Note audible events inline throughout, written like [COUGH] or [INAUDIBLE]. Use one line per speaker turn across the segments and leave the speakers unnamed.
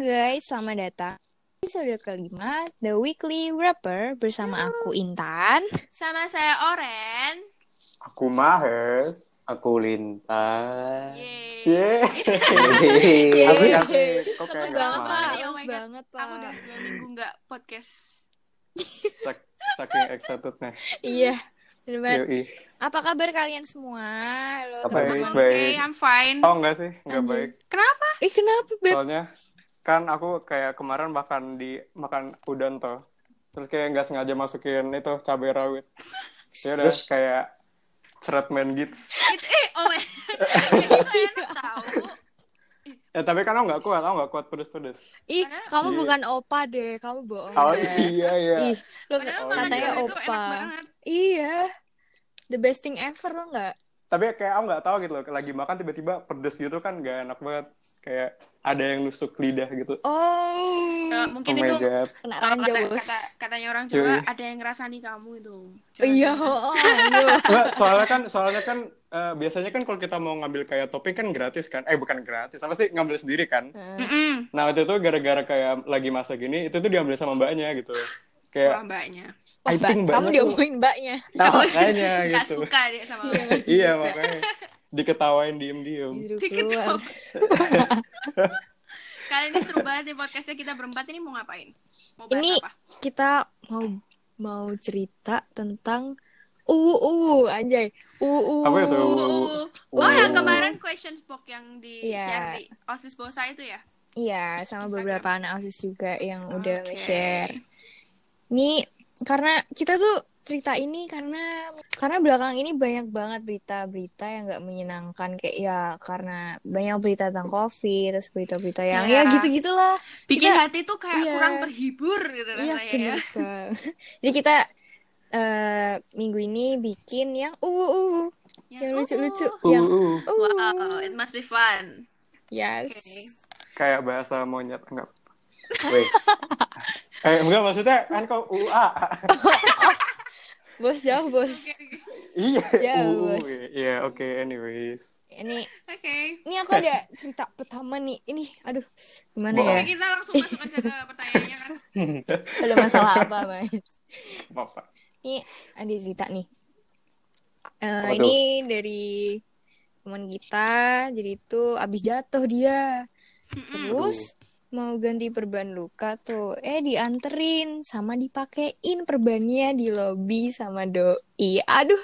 guys, selamat datang di episode kelima The Weekly Wrapper bersama aku Intan.
Sama saya Oren.
Aku Mahes, aku Lintan.
Yeay.
Yeay.
Yeay.
Asik asik. Kok
banget
Lemes Enggak
kayak enggak
pak,
semangat.
Oh
lemes
my God.
banget pak.
Aku udah dua minggu nggak podcast.
Sak- Saking excitednya.
Iya, bener banget.
Yoi.
Apa kabar kalian semua? Halo
Apa Baik,
I'm
teman-teman.
okay,
baik.
I'm fine.
Oh enggak sih, enggak
Anjing.
baik.
Eh kenapa beb?
Soalnya kan aku kayak kemarin makan di makan udang tuh. Terus kayak nggak sengaja masukin itu cabai rawit. Ya udah kayak seret main gits.
It- eh, oh [LAUGHS] my. Itu enak tahu.
Eh tapi kan aku nggak kuat, aku nggak kuat pedes-pedes.
Ih,
Padahal-
kamu
Iya.
bukan opa deh, kamu bohong.
Oh
deh.
iya iya.
Ih, lo
Padahal
Oh,
makan
katanya
jeruk itu
opa.
enak banget.
Iya. The best thing ever lo nggak?
Tapi kayak aku nggak tahu gitu loh, lagi makan tiba-tiba pedes gitu kan nggak enak banget. Kayak ada yang nusuk lidah gitu.
Eh,
Oh,
mungkin
oh my
itu
god.
kena
kalau kata,
ranjau. bos.
kata- katanya orang Jawa
Yoi.
ada yang ngerasani kamu itu. Coba-
Iya, oh, aduh.
Nggak, soalnya kan soalnya kan eh, biasanya kan kalau kita mau ngambil kayak topping kan gratis kan. Eh bukan gratis, apa sih ngambil sendiri kan.
Heeh.
Mm-mm.
Nah waktu itu gara-gara kayak lagi masak gini, itu tuh diambil sama mbaknya gitu.
Wah,
Kayak,
mbaknya.
Wah,
I
Mbak,
think
kamu
banget
diomongin mbaknya.
nah makanya
[LAUGHS] Nggak
gitu.
suka dia sama
Iya.
mbak.
[LAUGHS] Iya makanya. Diketawain diem-diem.
Disuruh
Dikit
keluar.
[LAUGHS]
dong. Kali ini seru banget nih podcastnya kita berempat ini mau ngapain? Mau bahas
Ini-
apa?
Kita mau mau cerita tentang uu uu anjay. Uu.
Apa itu?
Oh,
Oh.
yang kemarin question book yang di
Iya.
share di OSIS Bosa itu ya?
Iya, sama
Instagram.
beberapa anak OSIS juga yang udah
Oke.
nge-share. Nih, karena kita tuh cerita ini karena karena belakang ini banyak banget berita-berita yang nggak menyenangkan kayak ya karena banyak berita tentang COVID, terus berita-berita yang
Iya.
ya gitu-gitulah.
Bikin
Kita-
hati tuh kayak
Iya.
kurang terhibur gitu
Iya,
rasanya ya.
bener banget. [LAUGHS] Jadi kita eh, minggu ini bikin yang uu uu yang
uh-uh.
lucu-lucu, yang
Uh, uh.
uu.
Wow, it must be fun.
Oh, Yes.
Oke.
Kayak bahasa monyet. Enggak. Wait. eh, enggak maksudnya kan kau UA.
Bos
[LAUGHS]
jauh, bos.
Oke, oke.
Iya.
Ya,
UU.
bos.
Iya, oke
[LAUGHS]
anyways.
Ini
Oke.
ini aku ada cerita pertama nih. Ini aduh, gimana
Wow.
ya?
Oke, kita langsung masuk aja ke pertanyaannya kan.
Ada masalah apa, Mas?
Bapak.
Ada cerita nih. Eh,
Apa tuh?
ini dari teman kita. Jadi itu abis jatuh dia.
Mm-mm.
Terus mau ganti perban luka tuh. Eh dianterin sama dipakein perbannya di lobi sama doi. Aduh,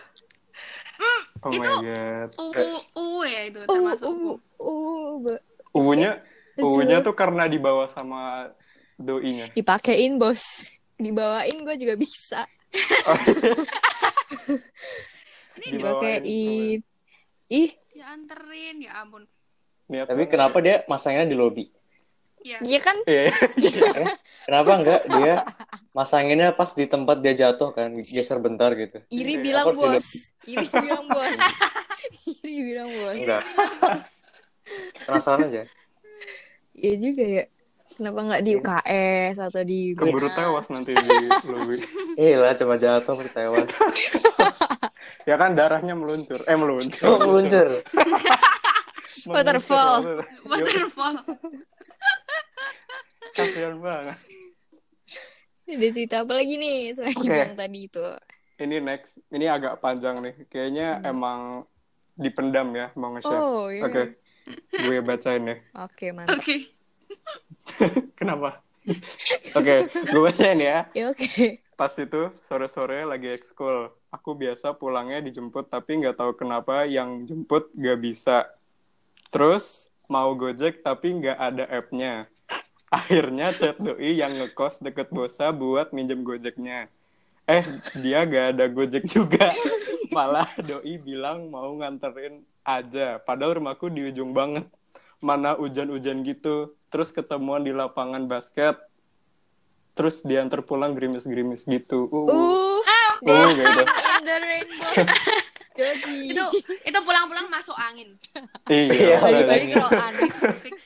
Oh
Itu
my god.
um,
Eh,
Uu, uu ya itu
uh,
termasuk.
uh, uh, be-
Uwunya,
lucu.
uwunya tuh karena dibawa sama doinya.
dipakein, Bos. Dibawain gue juga bisa.
Ini
Di bawah
Dipakein. Ih,
dianterin, ya ampun.
Niat
Tapi
banget.
kenapa dia masangnya di lobby?
Iya.
ya kan [LAUGHS]
Iya.
Kenapa enggak
[LAUGHS]
dia masanginnya pas di tempat dia jatuh kan, geser bentar gitu.
Iri
Iya,
bilang
aku juga.
bos. Iri bilang bos.
[LAUGHS]
Iri bilang bos.
[LAUGHS]
Enggak. Penasaran aja.
Iya juga ya. Kenapa nggak
Iya.
di UKS atau di
Keburu
mana?
tewas nanti di lobi.
Eh lah cuma jatuh pas tewas.
ya kan darahnya meluncur. Eh meluncur.
Oh, meluncur.
Meluncur,
Waterfall.
maksudnya. Yuk,
Waterfall.
Kasihan banget.
Ada cerita apa lagi nih selain
Oke.
yang tadi itu?
Ini next. Ini agak panjang nih. Kayaknya emang dipendam ya mau nge-share.
Hmm. Oh iya.
Oke. Gue bacain ya.
Oke mantap.
Oke.
[LAUGHS]
Kenapa? Oke, gue bacain ya.
Ya oke.
Pas itu sore-sore lagi ekskul. Aku biasa pulangnya dijemput tapi nggak tahu kenapa yang jemput nggak bisa. Terus mau gojek tapi nggak ada app-nya. Akhirnya chat doi yang ngekos deket Bosa buat minjem gojeknya. Eh, dia nggak ada gojek juga. Malah doi bilang mau nganterin aja. Padahal rumahku di ujung banget. Mana hujan-hujan gitu. Terus ketemuan di lapangan basket. Terus diantar pulang gerimis-gerimis gitu. Uh,
Uh,
Oh, nggak ada.
[LAUGHS] in the rainbow.
[LAUGHS]
Joji.
Itu itu pulang-pulang masuk angin.
Iya.
Iya,
Balik-balik roan.
Fix.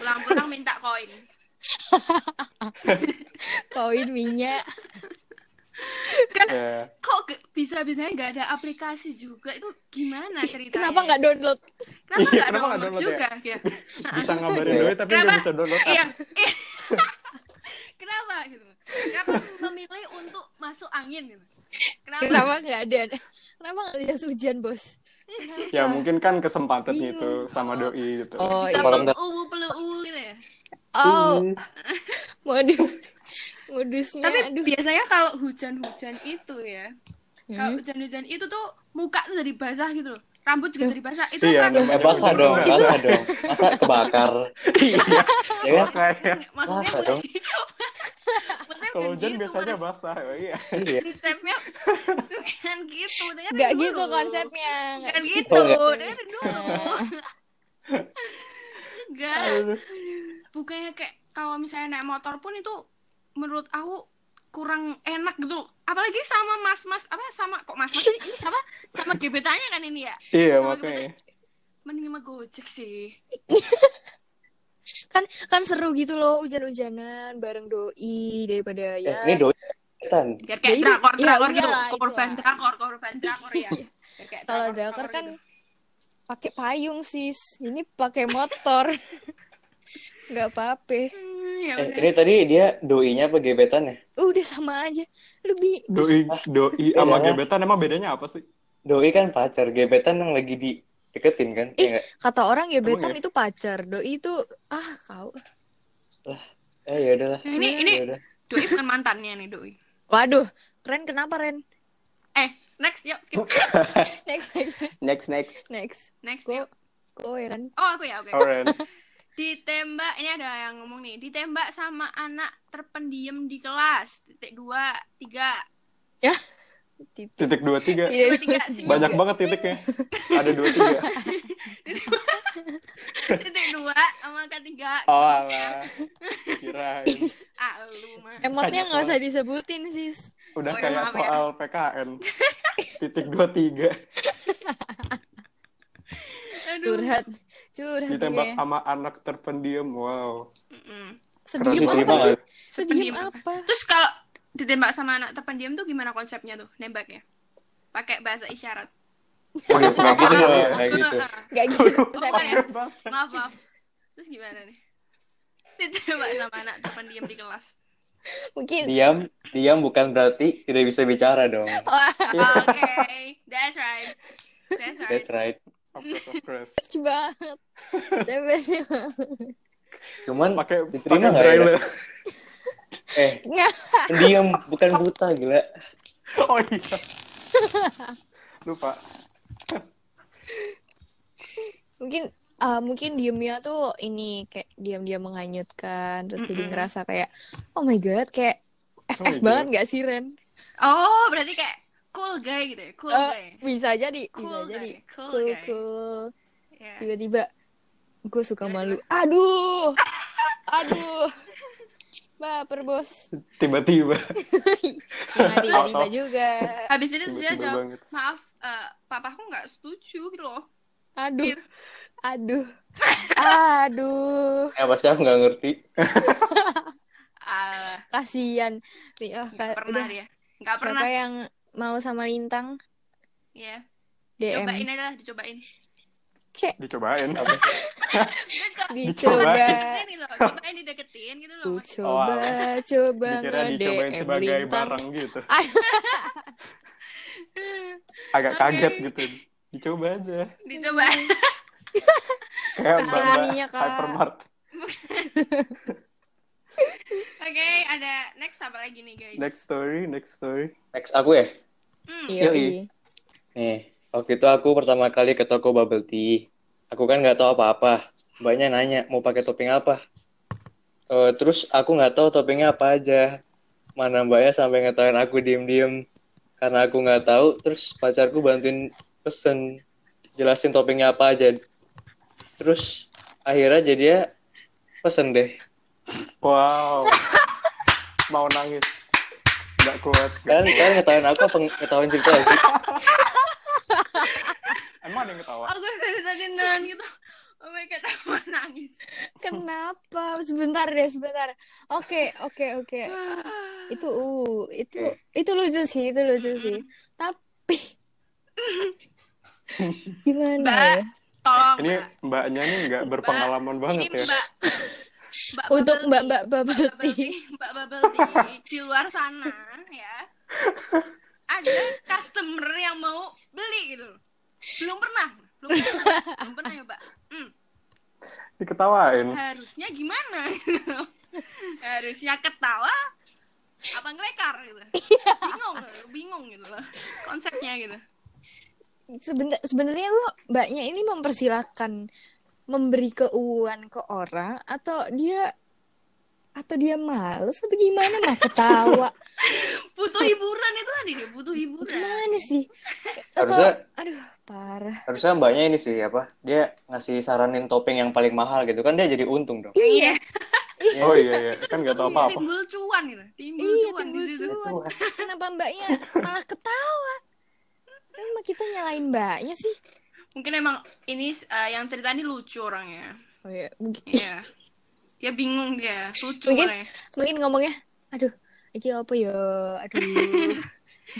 Pulang-pulang minta koin.
Koin minyak.
ya
Kok ge- bisa-bisanya nggak ada aplikasi juga? Itu gimana ceritanya?
Kenapa nggak download?
Kenapa
Iya,
nggak
kenapa nggak
download
download
juga? Ya.
[LAUGHS] bisa ngabarin doi tapi nggak
Kenapa?
bisa download
Iya. Iya. [LAUGHS] Kenapa gitu? Kenapa memilih untuk masuk angin gitu? Kenapa?
Kenapa nggak ada? Kenapa nggak ada jas hujan bos?
ya mungkin kan kesempatannya itu
Bingung.
sama doi gitu
Oh,
Bisa
iya.
Kepala-
uu pelu uu gitu ya.
oh [LAUGHS]
Hmm.
modus modusnya.
Tapi
Iya, aduh.
biasanya kalau hujan-hujan itu ya, kalau
Hmm.
hujan-hujan itu tuh muka tuh jadi basah gitu loh. Rambut juga jadi basah. Itu kan
Iya,
apa?
Eh, basah dong,
Itu-
basah dong. Masa [LAUGHS] kebakar. ya
[LAUGHS]
kan?
Iya,
Makanya,
Maksudnya
Basah dong.
Maksudnya
kalau
bukan
hujan
gitu,
biasanya
konsep-
basah oh iya
Iya.
[LAUGHS]
Konsepnya bukan gitu. dengerin
Nggak
dulu.
gitu konsepnya.
Bukan
Nggak
gitu.
nggak
sih.
Dengerin dulu.
[LAUGHS]
Enggak.
Aduh.
bukannya kayak kalau misalnya naik motor pun itu menurut aku kurang enak gitu loh. apalagi sama mas-mas apa sama kok mas-mas sih? ini sama sama gebetannya kan ini ya
iya
Sama
makanya
mending sama gojek sih
kan kan seru gitu loh hujan-hujanan bareng doi daripada ya.
Iya.
Eh, ini doi setan.
biar kayak
Ya, itu-
drakor
ya,
drakor
udah
gitu
lah, itu
korban
lah.
drakor korban drakor
[LAUGHS]
ya Biar kayak
Kalau drakor kan
gitu.
pakai payung sis, ini pakai motor. [LAUGHS] Nggak apa-apa.
Hmm, ya
Eh,
udah
ini tadi dia doinya apa gebetan ya?
Udah sama aja. Lebih
doi doi sama
Iya.
gebetan emang bedanya apa sih
Doi kan pacar, gebetan yang lagi di deketin kan?
Ih.
Iya nggak?
Eh, kata orang gebetan
Emang ya?
itu pacar, doi itu ah kau.
Eh, ya udahlah.
Nah,
Iya,
ini ini
Ya udah.
doi bukan mantannya nih doi
Waduh, keren kenapa Ren?
eh next yuk skip
Next next
next next
next.
next
Go.
yuk
Go Ren.
oh aku ya oke
Oren
ditembak ini ada yang ngomong nih ditembak sama anak terpendiam di kelas titik dua tiga
Titik.
titik dua tiga
Tidak
dua tiga
dua,
sih
banyak banget titiknya ada dua tiga
titik dua sama ketiga
oh alah kirain
ah lu mah
Emotnya
Banyak
nggak usah
banget.
disebutin sis.
udah
Oh, ya,
kayak
maaf ya.
soal PKN titik dua tiga
aduh
Curhat, curhat iya.
ditembak
dia.
sama anak terpendiam wow ya.
Mm-mm.
Sedih apa
Keras
diterima
sih?
nggak?
Sedih
Terpendiam apa?
apa?
terus kalau ditembak sama anak terpendiam tuh gimana konsepnya tuh nembaknya pakai bahasa isyarat
Oh, iya,
Nggak gitu
kenapa?
dong, nggak gitu.
Gak gitu.
Apa ya?
Basah.
maaf maaf terus gimana nih ditembak sama anak terpendiam di kelas
Mungkin
Diam, diam bukan berarti tidak bisa bicara dong.
Wah,
oke that's right Iya. that's right
That's right.
Of course, of course.
lucu banget. Sebesnya.
Cuman
pakai pakai
Diterima nggak ya?
braille
eh
[LAUGHS] Nggak.
diam bukan buta gila.
oh iya lupa
Mungkin ah, mungkin diemnya tuh ini kayak diam-diam menghanyutkan terus jadi
Mm-mm.
ngerasa kayak oh my god kayak
Oh my
FF
God.
banget gak sih Ren?
oh berarti kayak cool guy gitu ya cool
Eh,
guy
bisa jadi, bisa
cool
jadi.
guy cool
Cool,
guy
cool.
Ya.
Tiba-tiba gue suka malu.
Tiba-tiba.
Aduh. Aduh. Baper bos.
tiba-tiba
[LAUGHS]
Jangan tiba-tiba
Out of-
juga.
habis itu terus dia
tiba-tiba
jawab
banget
maaf eh, papaku nggak setuju gitu loh
Aduh.
Gitu.
Aduh. Aduh.
Eh pasti aku nggak ngerti.
Ah,
Kasihan. Nih, ah,
nggak
ka-
pernah
udah.
dia nggak
Siapa ya?
pernah
yang mau sama Lintang
ya
DM
cobain aja lah dicobain
Kek,
dicobain
Dia co-
Gitu, dicoba
deketin
[LAUGHS]
gitu loh cobain dideketin gitu loh
Ku
Mas.
coba coba
dikira dicobain
nge-DM
sebagai
Lintang
barang
[LAUGHS]
gitu
Ah.
agak
Oke.
kaget gitu dicoba aja
dicobain
kayak
Pasti
mbak
ya,
mania, Kak.
hypermart
oke ada next apa lagi nih guys
next story next story
Next aku ya.
Hmm,
Yoi.
Yoi. Nih, Eh, waktu itu aku pertama kali ke toko bubble tea. Aku kan nggak tahu apa-apa. Mbaknya nanya mau pakai topping apa. Eh, terus aku nggak tahu toppingnya apa aja. Mana mbaknya sampai ngetahuin aku diem-diem. Karena aku nggak tahu, terus pacarku bantuin pesen. Jelasin toppingnya apa aja. Terus akhirnya jadinya pesen deh.
[LAUGHS]
wow mau nangis nggak kuat nggak
Kalian, kalian Kan, ngetahuin aku apa ngetahuin cerita ya?
Emang ada yang ketawa?
Oh, aku dari tadi nonton gitu Oh my god, aku mau nangis.
Kenapa? Sebentar deh, sebentar. Oke, oke, oke. Itu uh, itu
Oke.
itu lucu sih, itu lucu sih. Tapi gimana
Mbak,
ya?
Tolong.
Ini
Mbak.
mbaknya nih nggak berpengalaman
ini
banget ya.
Mbak. Mbak
Untuk
Bubble
Mbak Mbak Bubble
Tea,
Tea.
Mbak Bubble Tea di luar sana ya. Ada customer yang mau beli gitu. Belum pernah. Belum pernah. Belum pernah ya, Mbak. Hmm.
Diketawain.
harusnya gimana gitu harusnya ketawa apa ngelekar gitu
Iya.
bingung bingung gitu loh konsepnya gitu
Sebentar, sebenarnya lo mbaknya ini mempersilahkan memberi keuangan ke orang atau dia atau dia males atau gimana mah
[LAUGHS]
ketawa
butuh hiburan itu tadi dia butuh hiburan
gimana sih
Harusnya-
Atau- aduh parah
Harusnya mbaknya ini sih apa? Dia ngasih saranin topping yang paling mahal gitu kan dia jadi untung dong.
iya
Oh iya iya, kan nggak tahu apa-apa.
timbul cuan gitu timbul
Iya,
cuan
timbul
di situ
cuan. Kenapa mbaknya malah ketawa? Kenapa kita nyalain mbaknya sih?
mungkin emang ini eh, yang cerita ini lucu orangnya
Oh iya, mungkin,
iya dia bingung dia lucu
Mungkin-
orangnya
mungkin ngomongnya, aduh, iki apa ya? Aduh,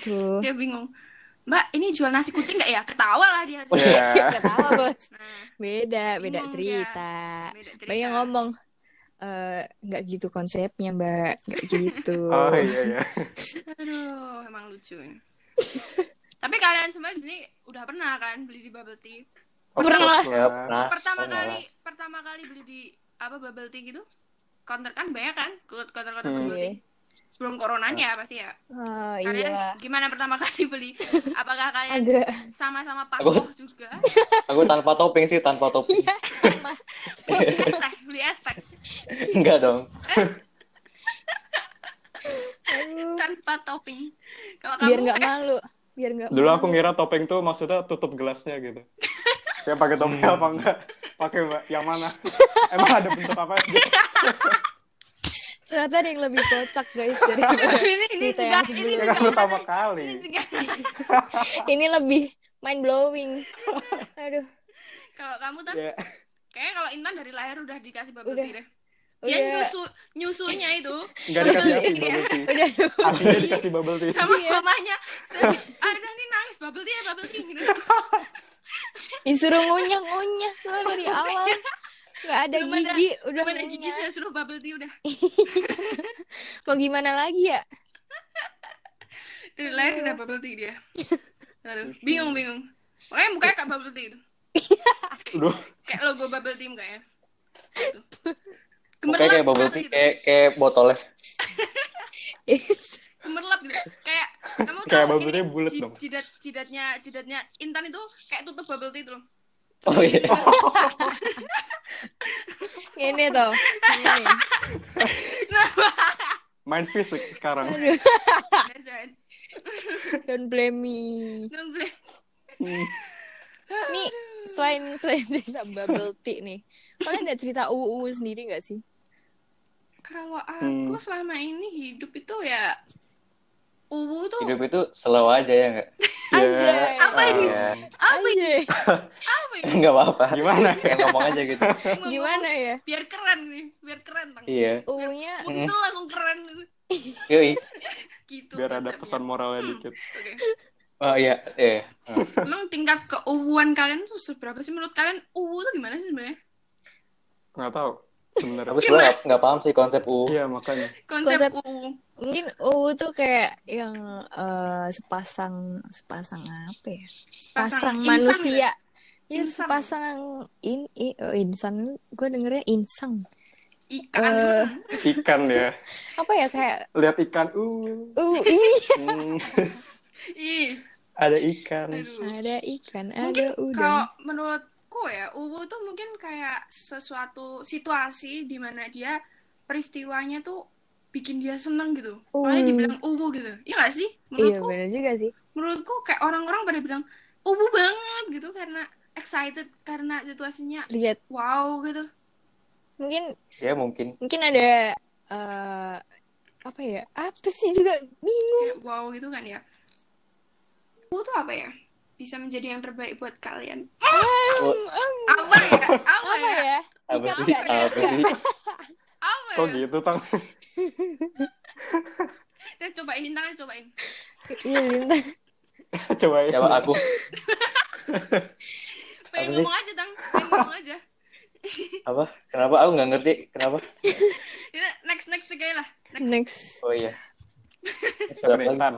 aduh.
dia bingung mbak ini jual nasi kucing nggak ya ketawa lah dia
Iya.
Ketawa bos.
nah
Beda, beda
Bingung
cerita.
beda cerita
Mbaknya ngomong, "Eh, nggak gitu konsepnya mbak, nggak gitu.
Oh iya iya.
Aduh, emang lucu ini. [LAUGHS] Tapi kalian semua di sini udah pernah kan beli di bubble tea?
Of
Pernah.
course lah.
Ya, pernah.
Pertama
Oh,
kali,
malah.
pertama kali beli di apa bubble tea gitu? Counter kan banyak kan? Counter-counter
Hmm.
Oke.
bubble tea. Sebelum coronanya pasti ya.
Oh,
Kalian
iya.
gimana pertama kali
[LAUGHS]
beli? Apakah kalian
Agak [LAUGHS]
sama-sama pakoh juga?
Aku tanpa topping sih, tanpa
[LAUGHS]
topping.
iya, sama.
Beli es teh, beli es teh
Enggak dong.
Aduh.
tanpa topping. Kalau kamu
Biar nggak
es-
malu. Biar nggak
Dulu
malu.
aku ngira topeng tuh maksudnya tutup gelasnya gitu. Yang pakai topeng apa enggak? Pakai mbak, yang mana? Emang ada bentuk apa? Kan sih?
Ternyata ada yang lebih kocak guys dari
[LAUGHS] ini ini
Cerita yang
juga ini
sebelumnya.
Ini
juga
kan pertama kali.
ini juga
ini lebih mind blowing. Aduh,
kalau kamu
Iya.
tuh
Ya.
kayaknya kalau Intan dari lahir udah dikasih bubble
Udah.
tea deh
udah
Dia nyusu nyusunya
[LAUGHS]
itu
Nggak dikasih asi bubble tea.
udah
Asinya dikasih bubble tea.
sama
Iya.
mamanya. Terus, Ada nanti nangis bubble tea, bubble tea gitu.
disuruh ngunyah-ngunyah lo dari awal. nggak ada
Belum ada-
gigi, udah
Gimana gigi
ngunyah.
udah suruh bubble tea udah.
Mau gimana lagi ya? [LAUGHS]
Dari
Iya.
lahir udah bubble tea dia. Aduh, bingung bingung. Makanya mukanya kayak bubble tea itu.
Aduh.
Kayak logo bubble tea mukanya. Gitu.
Mukanya kayak bubble
seperti
tea,
itu.
kayak, kayak ya. botolnya.
Gemerlap gitu. Kayak kamu
Kayak
tahu
bubble
ini
tea bulat
ji-
dong.
Jidat jidatnya jidatnya Intan itu kayak tutup bubble tea itu loh.
Oh iya.
Ini toh. ya? Ini.
Main fisik sekarang.
Aduh,
Dan jangan-
don't blame me.
jangan beli.
Hmm.
Nih, selain selain cerita bubble tea nih. Kalian ada cerita UU sendiri nggak sih?
Kalau aku
Hmm.
selama ini hidup itu ya uwu tuh
Hidup itu slow aja ya enggak?
Anjay.
Apa
Ah.
ini?
Ya,
apa ini?
Anjay.
Apa ini?
enggak apa-apa. [LAUGHS]
Gimana
Ya, ngomong aja gitu.
Ngomong-
Gimana ya?
Biar keren nih, biar keren bang.
Iya.
UU-nya
Muncul langsung keren
Yoi.
gitu.
Biar ada
konsepnya.
pesan moralnya dikit.
Oke.
Oh iya, iya. Hmm.
Emang tingkat keuwuan kalian tuh seberapa sih menurut kalian? Uwu tuh gimana sih sebenarnya?
Nggak tahu. Sebenarnya.
Aku sebenarnya nggak- nggak paham sih konsep U.
Iya makanya.
Konsep,
Konsep-
uwu.
mungkin UU tuh kayak yang eh, sepasang sepasang apa ya?
Sepasang
Sepasang
insan
manusia. Ya
Insan.
sepasang in, i- oh, insan gue dengernya insang.
Ikan.
Eh.
Ikan ya.
Apa ya kayak
[LAUGHS]
Lihat ikan. Uh.
uh ih,
Hmm.
Ih,
Ada ikan.
aduh.
ada ikan,
mungkin
ada
kalau
udang.
menurutku ya uwu tuh mungkin kayak sesuatu situasi di mana dia peristiwanya tuh bikin dia seneng gitu makanya
Hmm.
dibilang uwu gitu iya gak sih
Iya
menurutku
benar juga sih.
menurutku kayak orang-orang pada bilang uwu banget gitu karena excited karena situasinya
Lihat
wow gitu
mungkin
Ya mungkin.
mungkin ada eh, apa ya? Apa sih juga bingung.
kayak wow gitu kan ya uwu tuh apa ya bisa menjadi yang terbaik buat kalian.
Oh,
Apa ya? Apa
Apa
ya?
ya?
apa
Tika
sih?
enggak, Tika
Apa
enggak.
sih?
Apa
Kok
ya?
gitu, Tang? [LAUGHS]
Kita cobain tangan cobain.
Iya,
[LAUGHS]
Dinta.
Coba
Coba Ya, aku. Apa
Pengen
sih?
ngomong aja, Tang. Pengen
[LAUGHS]
ngomong aja.
Apa? Kenapa? Aku nggak ngerti. Kenapa?
Ya, next next tiga lah. Next.
Next.
Oh iya.
Coba nih, Tan.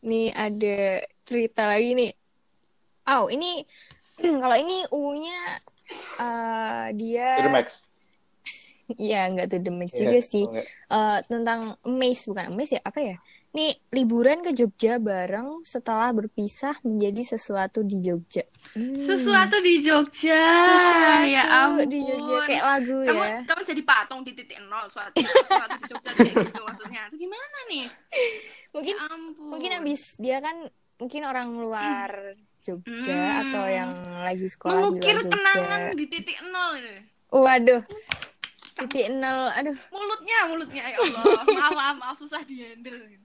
Nih ada cerita lagi nih. Oh, ini [CLEARS THROAT] kalau ini U-nya eh, dia
Itu Max.
Iya, nggak to the max
Iya.
juga sih.
Oh, nggak.
Eh, tentang Mace, bukan Mace ya, apa ya? Nih, liburan ke Jogja bareng setelah berpisah menjadi sesuatu di Jogja. Hmm.
Sesuatu di Jogja.
Sesuatu
ya ampun.
di Jogja. Kayak lagu
kamu
ya.
kamu jadi patung di titik nol suatu suatu di Jogja kayak gitu maksudnya. Itu gimana nih?
Mungkin
Ya ampun.
mungkin abis dia kan mungkin orang luar Jogja
Hmm.
atau yang lagi sekolah
mengukir
di luar Jogja.
kenangan di titik nol ini.
Waduh. Titik nol, aduh.
Mulutnya, mulutnya ya
[LAUGHS]
Allah. Maaf, maaf, maaf susah dihandle.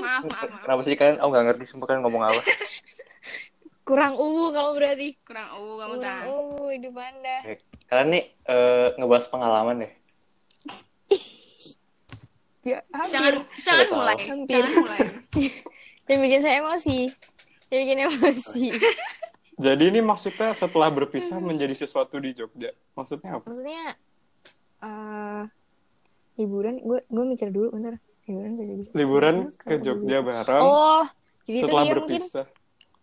Maaf, maaf, maaf.
Kenapa sih kalian? Aku nggak ngerti. Sumpah kalian ngomong apa?
Kurang uwu kamu berarti.
Kurang oh kamu
Kurang
tahu.
uwu hidup Anda.
Kalian nih eh, ngebahas pengalaman deh.
Ya,
Jangan
hampir.
jangan
tahu.
mulai.
Hampir.
Jangan mulai.
Yang bikin saya emosi. Yang bikin emosi.
Jadi ini maksudnya setelah berpisah
Hmm.
menjadi sesuatu di Jogja. Maksudnya apa?
Maksudnya eh liburan gue gue mikir dulu bentar. Liburan ke Jogja.
Liburan
Setelah
ke Jogja
berpisah.
bareng
Oh, jadi itu dia
setelah
mungkin Hmm,
berpisah.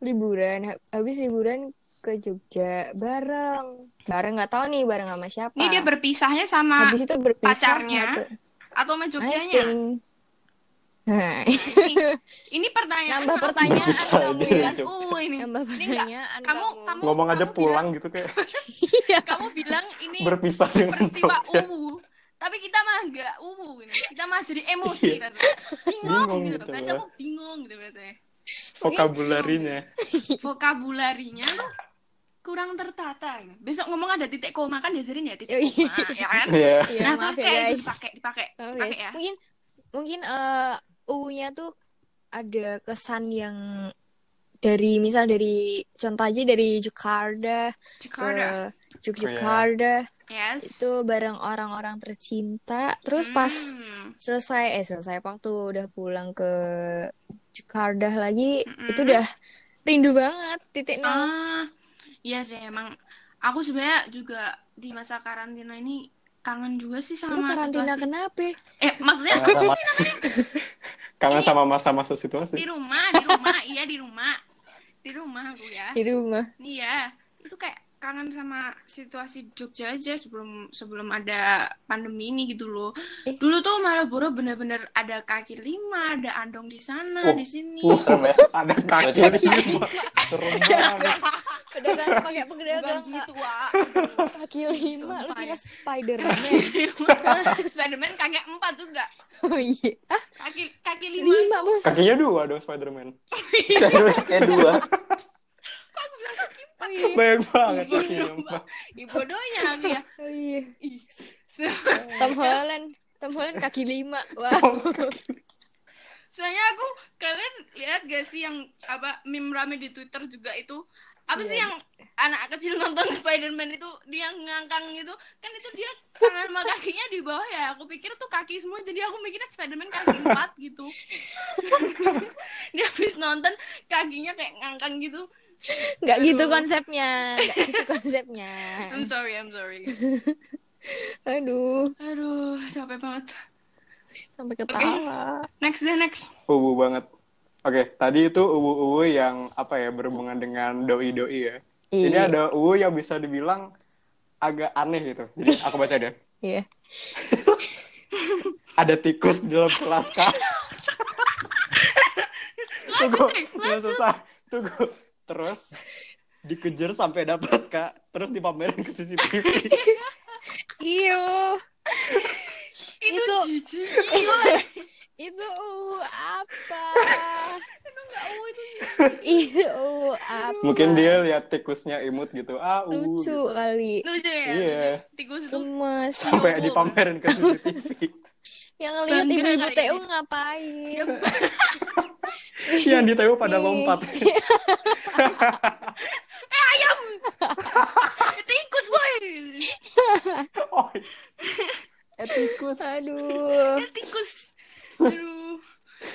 liburan Ha- habis liburan ke Jogja bareng. Bareng nggak tahu nih bareng sama siapa.
Ini dia berpisahnya sama
habis itu berpisah
pacarnya,
nggak tuh?
atau sama
I
Jogjanya.
think. Nah,
Ini, ini pertanyaan.
nambah pertanyaan
Bisa
kamu
aja.
ya.
Kan, oh ini.
Nambah
Ini enggak.
pertanyaan
Kamu, kamu
Ngomong aja
kamu
pulang gitu
[LAUGHS]
kayak
Bilang, kamu bilang ini
berpisah dengan
peristiwa
[LAUGHS] Jogja.
uwu. Tapi kita mah enggak uwu ini. Kita mah jadi emosi
Iya.
rata. Bingung
Bingung
gitu.
gitu,
Baca
Mbak.
aku bingung gitu bacanya.
Vokabularinya.
Vokabularinya tuh kurang tertata. ini. Besok ngomong ada titik koma kan diajarin ya titik
Oh, iya.
koma, ya kan?
Iya.
[LAUGHS] Iya,
nah,
maaf ya
pakai,
guys.
Dipakai, dipakai,
Maaf
dipakai
ya.
ya.
Mungkin mungkin eh U-nya tuh ada kesan yang dari misal dari contoh aja dari Jakarta
Jakarta.
ke Yogyakarta
Yes.
itu bareng orang-orang tercinta terus pas
Hmm.
selesai eh selesai waktu udah pulang ke Jakarta lagi
Mm-mm.
itu udah rindu banget titik nol
Hmm. Ah, iya sih emang. Aku sebenarnya juga di masa karantina ini kangen juga sih
lu
sama
karantina
situasi.
kenapa
Eh, maksudnya
Kangen sama
Kangen sama masa-masa situasi.
di rumah di rumah iya di rumah di rumah aku ya
di rumah
iya itu kayak kangen sama situasi Jogja aja sebelum sebelum ada pandemi ini gitu loh
Eh.
dulu tuh Malaboro bener-bener ada kaki lima ada andong di sana
Oh.
di sini
Uh,
serem ya.
ada kaki
Berarti-
lima. Serem banget.
pedagang pakai
bukan
pedagang Kak.
gitu Wak.
kaki lima lu
Sumpah
kira
ya.
Spiderman
[LAUGHS] Spiderman kaki empat tuh enggak
[LAUGHS] oh iya
kaki kaki lima
lima bos
Kakinya dua dong Spiderman.
Kayak dua.
aku bilang kaki empat
oh iya
Banyak banget kakinya. Mbak.
ibu doanya lagi ya
oh iya
Ih.
Tom Holland Tom Holland kaki lima wah
Soalnya aku kalian lihat gak sih yang apa meme rame di Twitter juga itu apa sih yang anak kecil nonton Spider-Man itu dia ngangkang gitu kan itu dia tangan sama kakinya di bawah ya aku pikir tuh kaki semua jadi aku mikirnya Spider-Man kaki empat gitu dia habis nonton kakinya kayak ngangkang gitu
nggak gitu
Aduh.
konsepnya nggak gitu konsepnya
I'm sorry I'm sorry
aduh
aduh capek banget
sampai ketawa
next deh next
Uwu banget. Oke, tadi itu uwu-uwu yang apa ya berhubungan dengan doi-doi ya. Ini
Iya.
ada uwu yang bisa dibilang agak aneh gitu. Jadi aku baca deh.
iya
Ada tikus di dalam kelas
[LAUGHS]
kak. Tunggu,
deh,
tunggu, susah. Tunggu. Terus dikejar sampai dapat kak. Terus dipamerin ke CCTV.
[LAUGHS] iyo
itu,
Itu-
jijik
itu uh, apa
itu nggak oh itu jijik.
itu uh, apa
Mungkin dia lihat tikusnya imut gitu. Ah, uwu.
lucu
gitu.
kali
lucu ya
Iya.
lucu. tikus itu
gemes
Sampai
Uwu.
dipamerin ke CCTV.
[LAUGHS] yang lihat
Bangga
ibu-ibu
kali
TU
ini.
ngapain
yang di TU pada lompat. [LAUGHS]
Eh, Tikus Eh, boy.
oh, etikus.
Aduh.
Tikus. Aduh.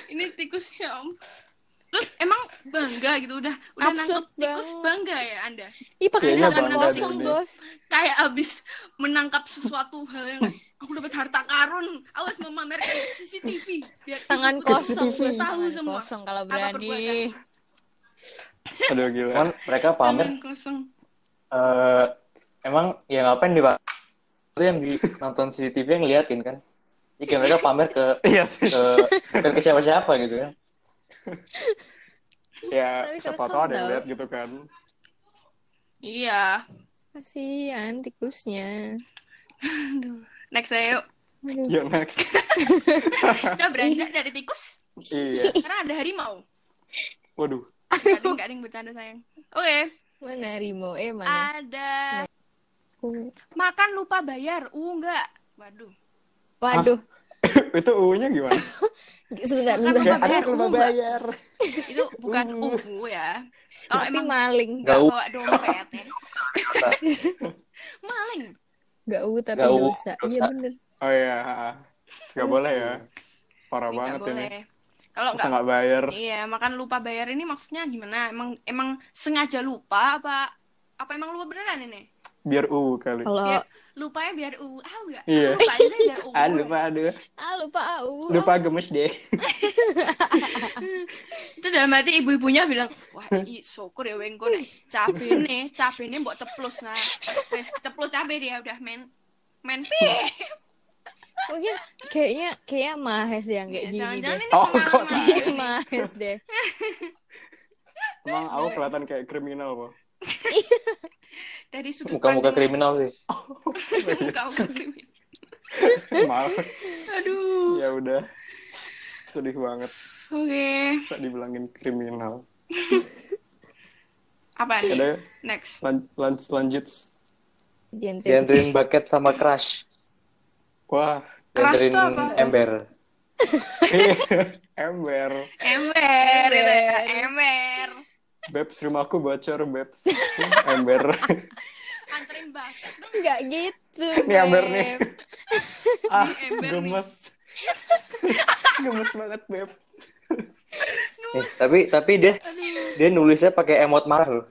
Ini tikus ya om. Terus emang bangga gitu udah udah
Absurd
nangkep tikus
banget.
bangga ya Anda.
Ih, pakai
Kayaknya
tangan
bangga
kosong,
deh.
Bos.
Kayak abis menangkap sesuatu hal yang aku dapat harta karun, awas memamerkan CCTV biar
Tangan
ibuku
kosong,
tahu
Bos. Tangan
semua.
kosong kalau
Apa
berani.
Aduh gila.
Cuman mereka pamer
Tangan kosong.
eh, emang ya ngapain di itu yang di nonton CCTV yang ngeliatin kan. Jadi kayak mereka pamer ke
Iya sih.
ke, ke, ke siapa-siapa gitu kan.
Ya,
Tapi
siapa
keren
tahu ada yang
tau.
lihat gitu kan.
Iya.
Kasihan tikusnya.
Next saya yuk.
Aduh.
Yuk next.
Kita beranjak dari tikus.
[LAUGHS]
iya.
Karena ada harimau.
Waduh.
Gak ada, gak ada yang bercanda sayang. Oke.
Mana Rimo? Eh, mana?
Ada.
Aku-
Makan lupa bayar. Uh, enggak. Waduh.
Waduh.
Itu U-nya gimana?
Sebentar,
Ah. Makan
sebentar.
lupa bayar. Uh,
Aku lupa
enggak.
bayar.
Itu bukan ubu ya. Kalau
Tapi
emang
maling.
enggak
Gak u-
bawa
[LAUGHS]
dompet. ya. Maling.
Gak u tapi
Gak u,
dosa. Iya
dosa.
bener.
Oh iya. Gak boleh ya. Parah
Enggak
banget ini.
boleh. Kalau enggak
Masa nggak bayar?
Iya, makan lupa bayar ini maksudnya gimana? Emang emang sengaja lupa apa apa emang lupa beneran ini?
Biar U kali.
Kalau
Biar, lupanya biar uh, ah enggak.
Iya.
Lupanya
[LAUGHS]
biar uh.
Ah, lupa, aduh.
ah lupa ah u.
Lupa
[LAUGHS]
gemes deh.
itu dalam hati ibu-ibunya bilang wah iki syukur ya weng gue cabe nih cabe nih mbok ceplos nah Wes, ceplos cabe dia udah men men pi
Mungkin kayaknya kayaknya Mahes yang kayak gini
Iya, Ya, jangan-jangan
[LAUGHS] deh.
ini
Oh,
pengalaman
kok-
dia
Kayaknya
nih.
Mahes deh.
Emang aku kelihatan kayak kriminal,
[LAUGHS]
kok.
dari sudut
Muka-muka
pandang-
kriminal sih.
[LAUGHS] muka-muka kriminal
Maaf.
aduh
Ya udah. Sedih banget.
oke
Bisa dibilangin kriminal.
apa nih
Ada
next
lan- lan- lanjut.
Diantriin.
Dianterin bucket sama crush.
Wah. [LAUGHS]
Crush
Dianterin
tuh apa?
ember.
Ember.
ember gitu ya
Ember.
ember
Babes, rumahku bocor, Babes.
[LAUGHS]
Ember.
anterin basket dong
Enggak gitu.
Ini ember nih.
Beb.
ah,
ember nih. [LAUGHS]
gemes. gemes banget, Beb.
Eh, tapi tapi dia dia nulisnya pakai emot marah loh.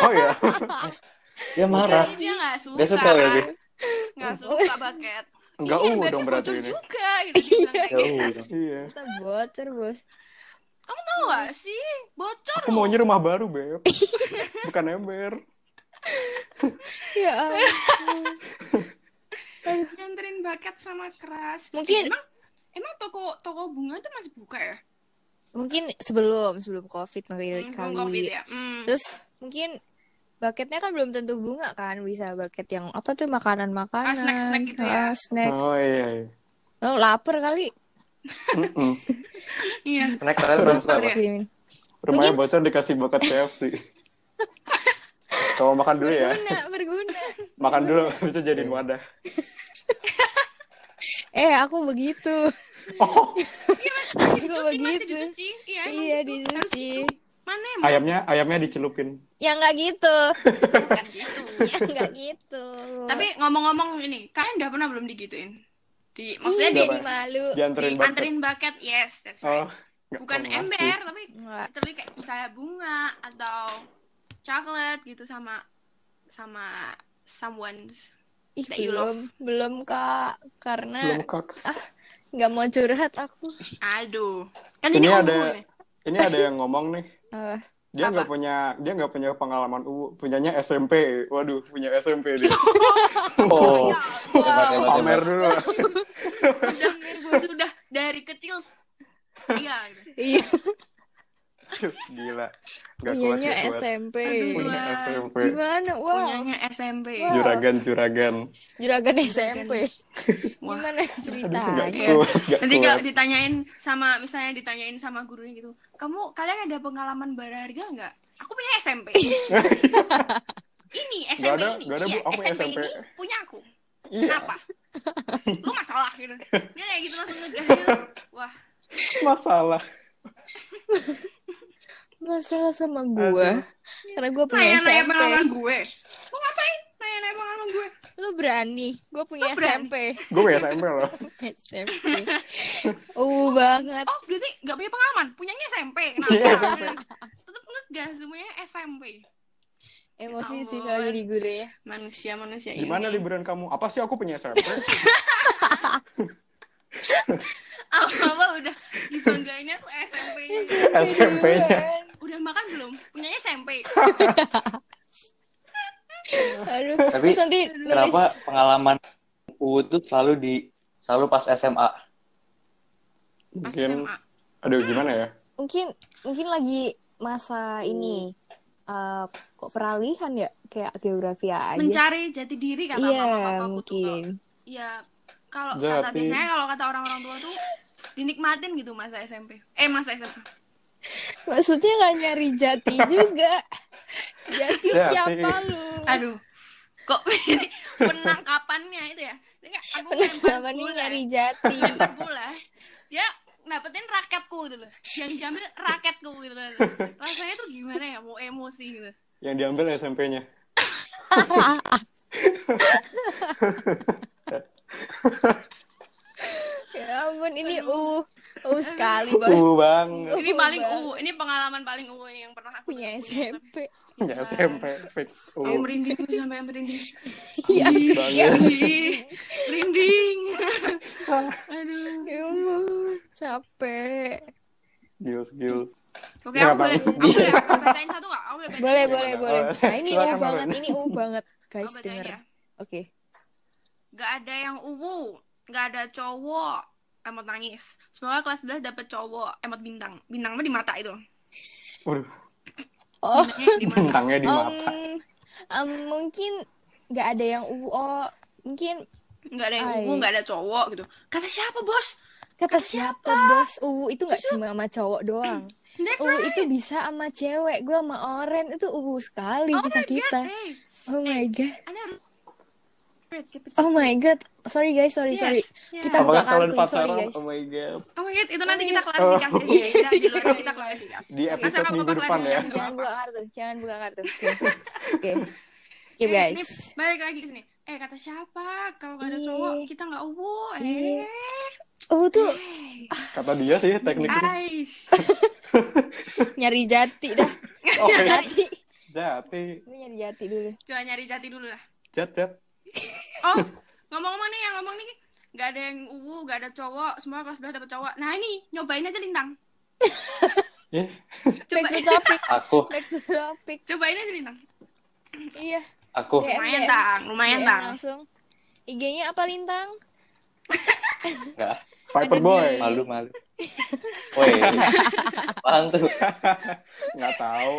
Oh
[LAUGHS]
ya.
Dia marah.
Jadi dia nggak suka kan?
Dia suka ya, Bi?
nggak suka bucket
Enggak
Iya,
U
berarti
dong berarti
bocor
ini.
juga gitu dia
[LAUGHS]
bilang kayak gitu.
Jauh.
Iya.
Kita bocor bos.
kamu tahu gak sih bocor
Aku maunya rumah baru,
[LAUGHS]
Beb. Bukan ember.
Ya ampun.
nyanterin bakat sama keras
Mungkin-
emang emang toko toko bunga itu masih buka ya
mungkin sebelum sebelum covid makanya
Hmm,
kali.
sebelum covid ya Hmm.
Terus mungkin Bucketnya kan belum tentu bunga kan bisa bucket yang apa tuh makanan-makanan
Ah, snack-snack gitu
Ah,
ya.
snack.
Oh iya. iya.
Oh, lapar kali
Mm-mm.
iya
Snack kalian belum
Lapar ya?
selesai.
Iya.
kirimin.
Rumahnya bocor dikasih bucket
[LAUGHS]
KFC. Kamu makan dulu ya.
Berguna, berguna.
Makan dulu
Iya.
bisa jadiin wadah.
Eh, aku begitu. [LAUGHS]
Oh,
aku
dicuci masih
begitu.
dicuci iya emang
Iya,
gitu. Harus
dicuci.
gitu. mana emang
ayamnya ayamnya dicelupin.
Ya nggak gitu.
bukan gitu
Ya nggak gitu.
tapi ngomong-ngomong ini kalian udah pernah belum digituin di maksudnya
Iya.
Ih,
di,
jadi malu.
di-
Dianterin bucket.
anterin bucket yes that's right
Oh, nggak
bukan
pernah
ember
sih.
tapi
Nggak.
literally kayak misalnya bunga atau coklat gitu sama sama someone
Ih,
that you
belum, belum Kak, karena
Belum koks.
Ah.
nggak mau curhat
[LAUGHS]
aku.
aduh kan
Ini
ini
ada
ada
ini ada yang ngomong nih.
Eh,
Dia
Apa?
nggak punya dia nggak punya pengalaman UU, punyanya SMP. Waduh, punya SMP
[LAUGHS]
dia.
Oh. Hebat, hebat,
Pamer dulu.
hebat.
sudah gue sudah dari kecil iya gitu.
iya,
[LAUGHS] Gila. Nggak kuat
punyanya
nggak kuat.
SMP.
Punya
Wah.
SMP.
Gimana? Wow,
punyanya SMP
Wah.
Juragan juragan.
juragan SMP.
[LAUGHS] Wah.
Gimana
Nggak
ceritanya?
Iya.
kuat. nggak
nanti kalau
kuat.
ditanyain sama misalnya ditanyain sama gurunya gitu kamu kalian ada pengalaman berharga nggak aku punya [LAUGHS] SMP ini SMP
ada-
ini
nggak ada, Bu.
Iya,
Aku punya
SMP ini
SMP.
punya aku
Iya,
kenapa lu masalah gitu dia kayak gitu langsung ngegas gitu wah
masalah.
masalah sama gua karena gua punya SMP
Nanya-nanya pengalaman gue. Lu ngapain? Nanya-nanya pengalaman gue.
lu berani gua punya
Lu berani?
SMP
Gue SMP loh.
SMP uh banget
Oh, berarti gak punya pengalaman. Punyanya SMP.
Iya,
Kenapa? Tetep ngegas semuanya SMP.
emosi
Ya
sih
ampun.
kalau jadi guru ya
Manusia-manusia ini.
Gimana liburan kamu? Apa sih aku punya SMP? [LAUGHS]
Apa-apa udah dibanggainnya tuh SMP-nya.
Iya.
SMP-nya.
Udah makan belum? Punyanya SMP.
aduh
Tapi
terus nanti nulis
Kenapa pengalaman U tuh selalu di selalu pas SMA?
Pas
Mungkin,
SMA.
aduh gimana ya?
mungkin mungkin lagi masa ini eh, kok peralihan ya kayak geografi aja
Mencari jati diri kata
iya
papa aku tuh. Kak.
mungkin
Iya. Kalau
Jati.
kata biasanya kalau kata orang-orang tua tuh dinikmatin gitu masa SMP. Eh, masa SMP.
maksudnya nggak nyari jati juga jati
Jati.
siapa
gitu.
lu
Aduh. Kok
[LAUGHS]
penangkapannya itu ya? Ini nggak- Aku lempar
Kenapa nih
bola. ya.
nyari jati
lempar bola dia dapetin raketku gitu loh yang diambil raketku gitu loh rasanya tuh gimana ya mau emosi gitu
Yang diambil SMP-nya.
ya ampun ini uh uh sekali bos
Uh banget.
ini paling u ini pengalaman paling u yang pernah aku
Oh punya
punya.
SMP
Punya SMP fix.
Aku
Uh.
merinding tuh sampai merinding
Iya.
Ih,
Banget.
ih, merinding
[LAUGHS]
aduh
ya Allah capek
Gils, gils.
oke
Nggak
aku boleh
apa-apa.
aku boleh aku bacain satu nggak aku boleh bacain
boleh
satu.
boleh
Oh,
boleh nah, ini uh
silakan,
banget
Maren.
ini uh banget
Aku
guys
bacain
denger
ya.
oke
Gak ada yang uwu, gak ada cowok. Emot nangis. Semoga kelas 11 dapet cowok. Emot bintang. Bintang mah di mata itu.
Waduh,
oh
Bintangnya di
[LAUGHS]
mata.
bintangnya di mata.
Em, em, mungkin nggak ada yang UO mungkin
Gak ada yang uwu,
Hai.
gak ada cowok gitu. Kata siapa bos?
kata siapa bos UU itu nggak cuma sama cowok doang
That's
UU itu bisa sama cewek gue sama Oren itu UU sekali
Oh
kisah
my
kita
god. Hey.
oh my god
Anda harus- Cepet,
oh my god sorry guys sorry
Yes,
sorry
yes.
kita buka
Apakah kalian
kartu sorry
pacaran?
guys
Oh my god.
Oh my god, itu nanti kita klarifikasi
Oh.
aja. ya. Kita di
[LAUGHS]
luar kita klarifikasi.
Di
Masa
episode
nggak
minggu
apa-apa
depan ya.
klarifikasi?
jangan buka kartu jangan buka kartu
[LAUGHS]
oke oke
Eh,
guys
ini balik lagi ke sini. Eh kata siapa? Kalau gak ada
Iya.
cowok, kita gak uwu. Eh.
Iya. UU tuh
Kata dia sih
Ah.
tekniknya.
Ais.
nyari jati dah
Oke.
jati
Oh, iya. Jati.
Ini nyari jati dulu
Coba nyari jati dulu lah.
Jat, jat.
Oh, ngomong-ngomong nih yang ngomong nih nggak ada yang uwu, nggak ada cowok, semua kelas 11 dapet cowok. Nah ini nyobain aja lintang.
Eh,
back to
Coba,
topic
Aku
back to topic
cobain aja lintang.
iya Eh,
aku
DM,
Lumayan
DM.
tang, lumayan
DM
tang.
langsung IG-nya apa lintang Ya.
enggak
Ada
Viper
di-
Boy.
malu malu. Woi, paham tuh.
Nggak tahu.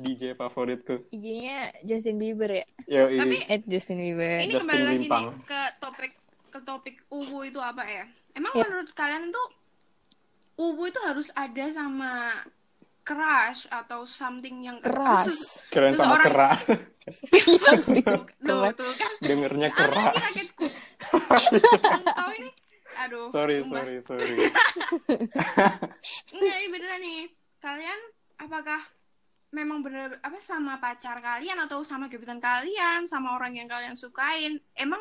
DJ favoritku.
IG-nya Justin Bieber ya
Yo,
Tapi
at Justin Bieber
ini
Justin
kembali lagi
Lintang.
nih ke topik ke topik uwu itu apa ya? Emang
Iya.
menurut kalian tuh uwu itu harus ada sama crush atau something yang
keras
Terus-
keren sama
Seseorang-
kera. [LAUGHS]
Loh, tuh kan
Dengernya
apa
kera.
lagi
[LAUGHS]
kagetku tahu ini aduh
Sorry,
sumpah.
sorry, [LAUGHS] sorry.
Enggak, ini beneran nih. Kalian apakah memang bener apa sama pacar kalian atau sama gebetan kalian, sama orang yang kalian sukain? Emang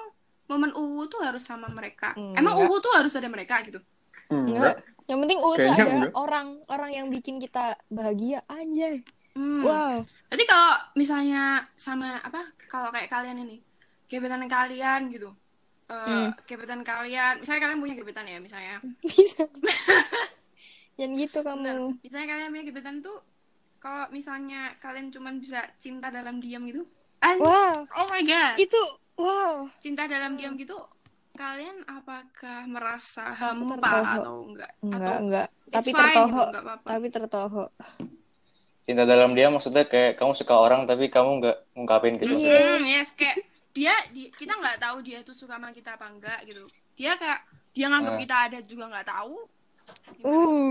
momen uwu tuh harus sama mereka.
Enggak.
Emang uwu tuh harus ada mereka gitu.
enggak
Enggak.
yang penting uh tuh
Kayaknya
ada
enggak.
orang orang yang bikin kita bahagia aja
Hmm.
wow [LAUGHS]
Jadi kalau misalnya sama apa kalau kayak kalian ini gebetan kalian gitu. Eh,
Hmm.
gebetan kalian, misalnya kalian punya gebetan ya, misalnya.
bisa jangan gitu
Bentar,
kamu
misalnya kalian punya gebetan tuh kalau misalnya kalian cuman bisa cinta dalam diam gitu. Anj-
wow
oh my god.
itu wow
cinta dalam diam gitu kalian apakah merasa hampa
Tertohok.
atau enggak
enggak
atau
enggak
it's
tapi
fine
tertohok
gitu, enggak apa-apa
tapi tertohok
Cinta dalam dia maksudnya kayak kamu suka orang tapi kamu nggak ngungkapin gitu.
Iya.
Hmm, yes kayak dia di- kita nggak tahu dia itu suka sama kita apa enggak gitu dia kayak dia nganggap
Nah.
kita ada juga nggak tahu
uh um.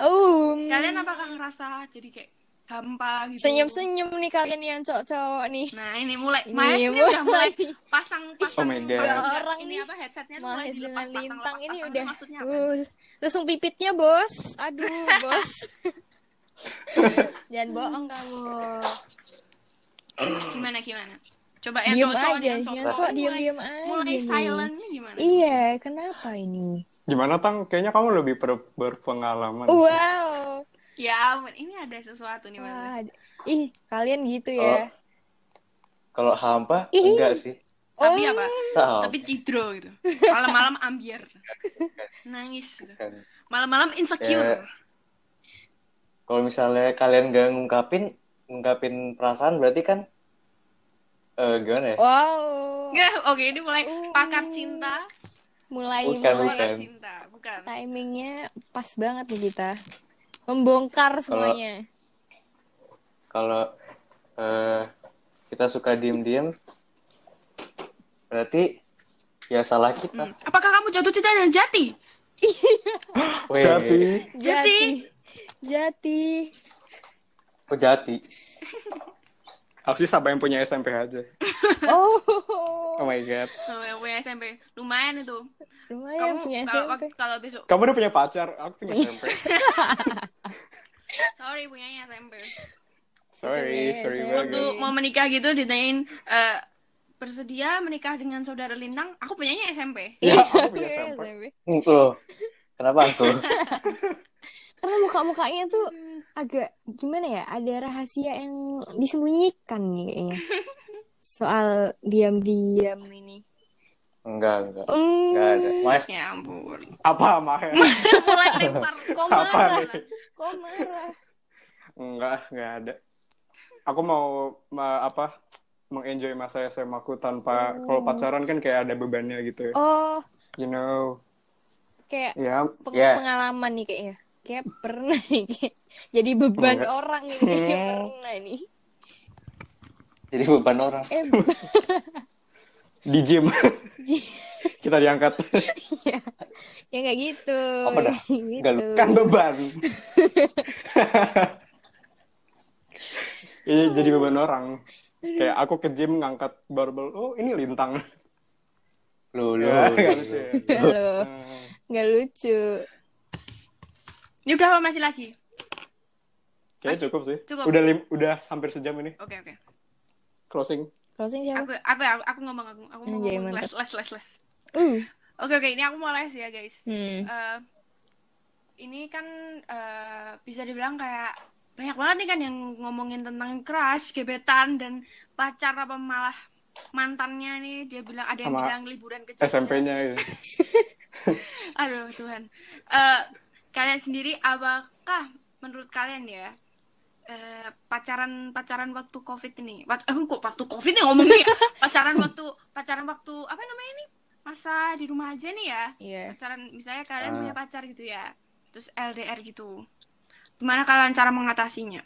uh
kalian apakah ngerasa jadi kayak hampa gitu
Senyum-senyum nih kalian yang cowok-cowok nih.
nah ini mulai
Ini
Maes ini
mulai. [LAUGHS]
udah mulai pasang pasang
Oh my God.
Udah-
Ada orang
ini
nih.
apa headsetnya tuh mulai
Mahes
dilepas
dengan
pasang
lintang
lepas
ini
pasang.
udah.
maksudnya apa?
Uh, langsung pipitnya, Bos. Aduh,
[LAUGHS]
Bos. Jangan bohong kamu.
gimana gimana coba ya, yang
Diem
Eh, cowok-cowok
aja,
yang
jangan
cowok-cowok
sok
mulai-
diam-diam aja.
mulai
nih.
silentnya gimana
Iya, kenapa ini?
Gimana Tang? Kayaknya kamu lebih ber- berpengalaman.
Wow.
ya ampun ini ada sesuatu nih Mas.
Wah, ih, kalian gitu ya.
Kalau hampa
Iya.
enggak sih.
Oh.
tapi
Oh.
apa
Sama.
tapi cidro
[LAUGHS]
gitu malam-malam ambiar nangis gitu.
kan.
malam-malam
Eh.
insecure
Ya. Kalau misalnya kalian gak ngungkapin ngungkapin perasaan berarti kan eh gimana ya?
Wow.
Nggak, oke ini mulai
Oh.
pakar cinta
Mulai
Bukan,
mulai
pakar
bukan.
cinta bukan
timingnya pas banget nih kita. Membongkar semuanya.
Kalau eh kita suka diem-diem berarti ya salah kita.
Iya.
Hmm. apakah kamu jatuh cinta dengan jati
Weh,
Jati.
Jati. Jati.
kok jati.
Aku sih siapa yang punya SMP aja.
Oh.
Oh my god.
oh, yang punya SMP lumayan itu
Lumayan
kamu
Oh, punya
kalau
SMP.
kalau besok
Kamu udah punya pacar, aku punya SMP.
sorry punyanya SMP
sorry,
Iya,
sorry
iya,
banget.
waktu mau menikah gitu ditanyain eh, bersedia menikah dengan saudara Lintang aku punyanya SMP
Ya, aku punya
Iya,
SMP.
Hmm, tuh. Kenapa aku?
Karena muka-mukanya tuh agak gimana ya? Ada rahasia yang disembunyikan nih
[LAUGHS]
kayaknya. Soal diam-diam ini.
Enggak, enggak.
Hmm.
Enggak ada. Mas,
ya ampun
Apa, Maher?
mulai lempar
[LAUGHS] Kok
Apa
marah?
nih?
Kok marah?
Enggak, enggak ada. Aku mau ma- apa? Mengenjoy masa SMA aku tanpa
Oh.
kalau pacaran kan kayak ada bebannya gitu.
Oh,
You know.
kayak
Ya,
peng-
Yeah.
pengalaman nih kayaknya. Kayak pernah nih kayak jadi beban
Enggak.
orang nih [LAUGHS] kayaknya
Hmm.
pernah nih.
jadi beban orang.
Eh,
di gym. [LAUGHS] Kita diangkat.
ya kayak gitu.
Apa
[LAUGHS]
dah?
Gitu.
Enggak,
kan beban. [LAUGHS] Iya, jadi beban orang. Kayak aku ke gym ngangkat barbel. Oh, ini lintang.
Lu, lu.
Ya,
lu.
kan, sih.
Enggak loh,
Eh,
enggak lucu.
[LAUGHS] ya udah apa masih lagi
Kayaknya
Masih-
cukup sih.
cukup.
Udah lim- udah hampir sejam ini
oke oke
closing.
Closing siapa?
aku aku aku, aku ngomong aku aku mau
Anjay,
ngomong
Ya.
les
Iya, mantap.
les les les
Uh.
oke oke ini aku mau les ya guys
Hmm.
Eh, ini kan eh, bisa dibilang kayak banyak banget nih kan yang ngomongin tentang crush, gebetan dan pacar apa malah mantannya nih dia bilang ada yang
Sama
bilang liburan ke Jogja.
SMP-nya ya.
Aduh Tuhan. Eh, kalian sendiri apakah menurut kalian ya eh, pacaran pacaran waktu covid ini Wat- eh, kok waktu covid nih ngomongnya
[LAUGHS]
ya? pacaran waktu pacaran waktu apa namanya ini masa di rumah aja nih ya
Iya.
pacaran misalnya kalian
Ah.
punya pacar gitu ya terus LDR gitu gimana kalian cara mengatasinya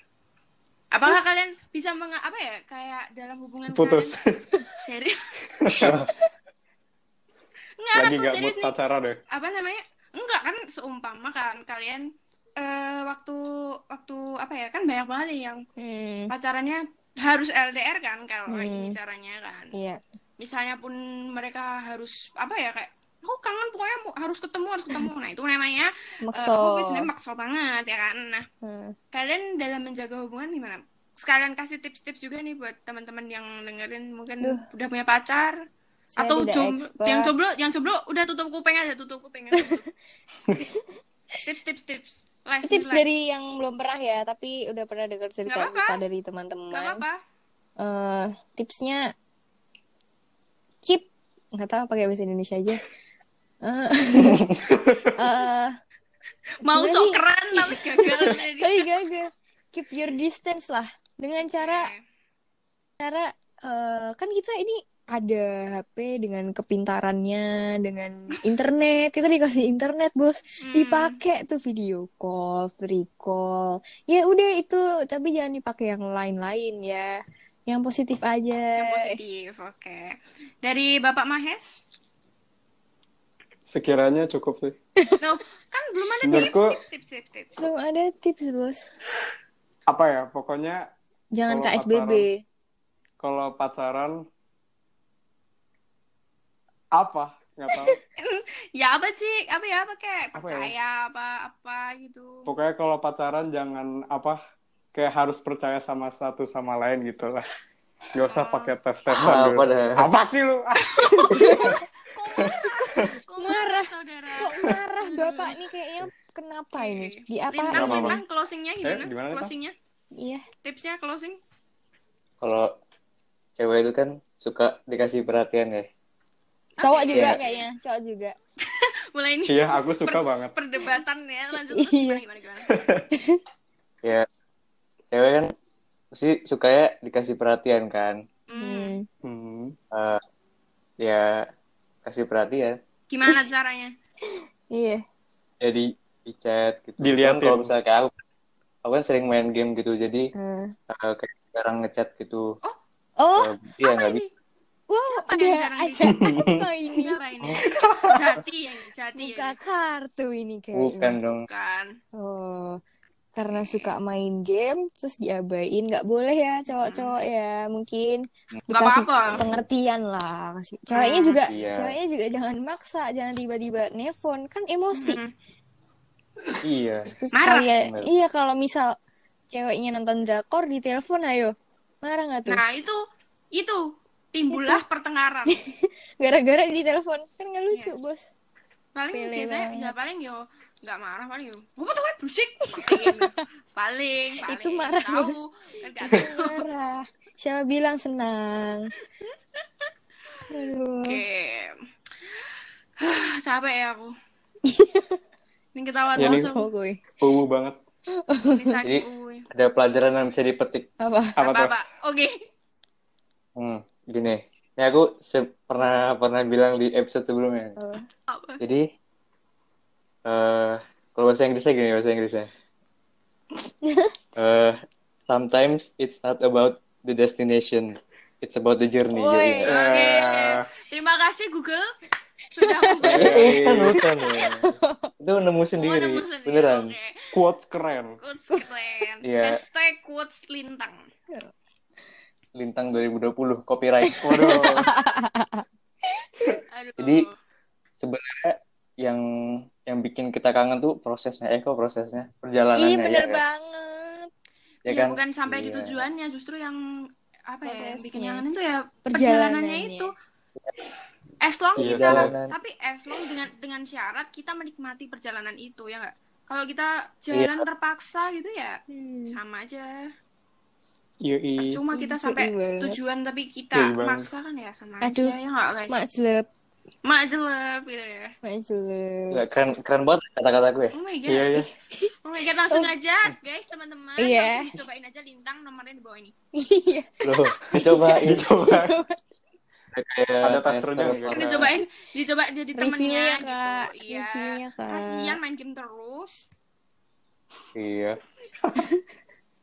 apakah kalian bisa menga apa ya kayak dalam hubungan
Putus.
[LAUGHS] kalian
[LAUGHS]
serius nggak
Lagi
aku
gak
serius
mood
nih
pacaran deh.
apa namanya enggak kan seumpama kan kalian eh waktu waktu apa ya kan banyak banget nih yang
Hmm.
pacarannya harus LDR kan kalau kayak
Hmm.
gini caranya kan
Iya.
misalnya pun mereka harus apa ya kayak aku kangen pokoknya mu- harus ketemu harus ketemu nah itu namanya
Makso.
eh, aku biasanya makso banget ya kan nah
Hmm.
kalian dalam menjaga hubungan gimana sekalian kasih tips-tips juga nih buat teman-teman yang dengerin mungkin
Duh.
udah punya pacar
Saya
atau
tidak
jomblo-
expert.
yang jomblo yang jomblo udah tutup kuping aja tutup kuping
[LAUGHS]
aja. tips tips tips les
tips
les.
dari yang belum pernah ya, tapi udah pernah dengar cerita
apa-apa.
cerita dari
Nggak
teman-teman.
apa-apa
eh tipsnya keep nggak tahu pakai bahasa Indonesia aja Eh, [LAUGHS] eh,
mau
Gimana
sok
sih?
keren tapi
[LAUGHS]
gagal jadi
tapi gagal keep your distance lah dengan cara
Hmm.
cara eh, kan kita ini ada HP dengan kepintarannya dengan internet kita dikasih internet bos
Hmm.
dipakai tuh video call free call ya udah itu tapi jangan dipakai yang lain-lain ya yang positif aja
yang positif oke dari bapak Mahes
Sekiranya cukup sih.
no kan belum ada tips
Menurutku-
tips tips tips tips
belum ada tips bos
apa ya pokoknya
Jangan
Kalau
KSBB.
kalau pacaran apa nggak tahu
ya apa sih apa ya apa kayak
Apa ya?
percaya apa apa gitu
pokoknya kalau pacaran jangan apa kayak harus percaya sama satu sama lain gitu lah nggak usah pakai tes tesan
Ah, apa
dulu.
dah
apa sih lu Ah,
kok
[LAUGHS]
marah kok marah
Marah.
saudara
Kok marah Bapak nih kayaknya kenapa ini? Di apa?
Iya. Lintang,
Nggak apa-apa.
lintang closingnya gimana?
Eh, gimana, Lintang?
closingnya
Iya.
tipsnya closing
kalau cewek itu kan suka dikasih perhatian ya
ya?
Cowok juga
Iya.
kayaknya, cowok juga.
mulai ini
iya aku suka banget
perdebatan ya lanjut
Iya.
gimana gimana gimana
ya cewek kan pasti sukanya dikasih perhatian kan
Hmm.
Hmm.
Hmm.
Eh, ya kasih perhatian
gimana caranya
Iya.
jadi di chat gitu
Diliatin.
Kan kalau misalnya kayak aku aku kan sering main game gitu jadi
Hmm.
eh, kayak sekarang ngechat gitu
Oh,
Eh, iya
apa
nggak
ini
wow,
Siapa
ada
yang jarang Iya.
ada apa ini?
apa ini jati ya ini, jati ya
Buka
ini.
kartu ini
bisa.
kayaknya.
bukan dong
bukan
Oh, karena suka main game terus diabain nggak boleh ya cowok-cowok ya mungkin
Hmm.
nggak
dikasih
apa-apa Hmm.
pengertian lah kasih ceweknya juga
Iya.
ceweknya juga jangan maksa jangan tiba-tiba nelpon kan emosi
Mhm.
iya
terus
Marah.
kalian-
Bener.
iya kalau misal ceweknya nonton drakor di telepon ayo marah nggak tuh
nah itu itu timbullah pertengkaran
gara-gara di telepon kan nggak
Iya.
lucu bos
paling
Sepele
biasanya
banget.
ya paling yo nggak marah paling yo apa tuh berisik paling paling
Itu marah,
tahu
Bos.
kan nggak tahu.
Itu marah siapa bilang senang aduh
Oke. [SIGHS] Capek ya
[LAUGHS]
aku. Ini ketawa
Ya,
terus
Ning.
aku.
Oh, gue
Ungu banget
Bisa
Jadi,
kuy.
ada pelajaran yang bisa dipetik
apa
apa,
Apa,
tuh
Pak? Oke.
Hmm, gini. Ini aku se- pernah pernah bilang di episode sebelumnya.
apa
Apa?
Jadi eh kalau bahasa Inggrisnya gini bahasa Inggrisnya. Eh, sometimes it's not about the destination, it's about the journey.
Woi.
Yoi.
Oke.
Eh.
Terima kasih Google sudah membuat
[LAUGHS] Bukan, bukan. Itu nemu sendiri,
nomor Oh, sendiri.
Iya, beneran.
Oke.
quotes keren
Quotes keren.
Iya.
Hashtag quotes lintang.
Lintang 2020 copyright.
waduh
Aduh.
Jadi, Sebenarnya yang yang bikin kita kangen tuh prosesnya, eh kok prosesnya, perjalanannya
ih
ya
bener
kan?
banget
Ya
Ya,
kan?
bukan sampai di
Iya.
tujuannya justru yang apa ya yang bikin
Prosesnya.
nyaman itu ya
Perjalanannya.
perjalanannya itu as long
Iya,
kita
Perjalanan.
tapi as long dengan dengan syarat kita menikmati perjalanan itu ya nggak kalau kita jalan terpaksa gitu ya
Hmm.
sama aja
yoi
cuma kita
Iya,
sampai
iya banget.
tujuan tapi
Iya
kita
banget.
maksa kan ya sama
Aduh.
aja ya nggak guys
mak jelek
mak jelek gitu ya
mak jelek
Nggak, keren keren banget ya. kata-kata gue.
oh my god
iya iya
oh my god langsung aja guys teman-teman
Iya.
langsung dicobain aja lintang nomornya di bawah ini
[LAUGHS]
iya
Loh,
[LAUGHS]
dicoba ini
dicoba
kayak
Ada tasternya
kayak
nggak?
styrofoam.
Ini dicobain dicoba jadi temennya
reviewnya ya,
gitu
kak
iya
reviewnya ya, kak
kasihan main game terus
Iya.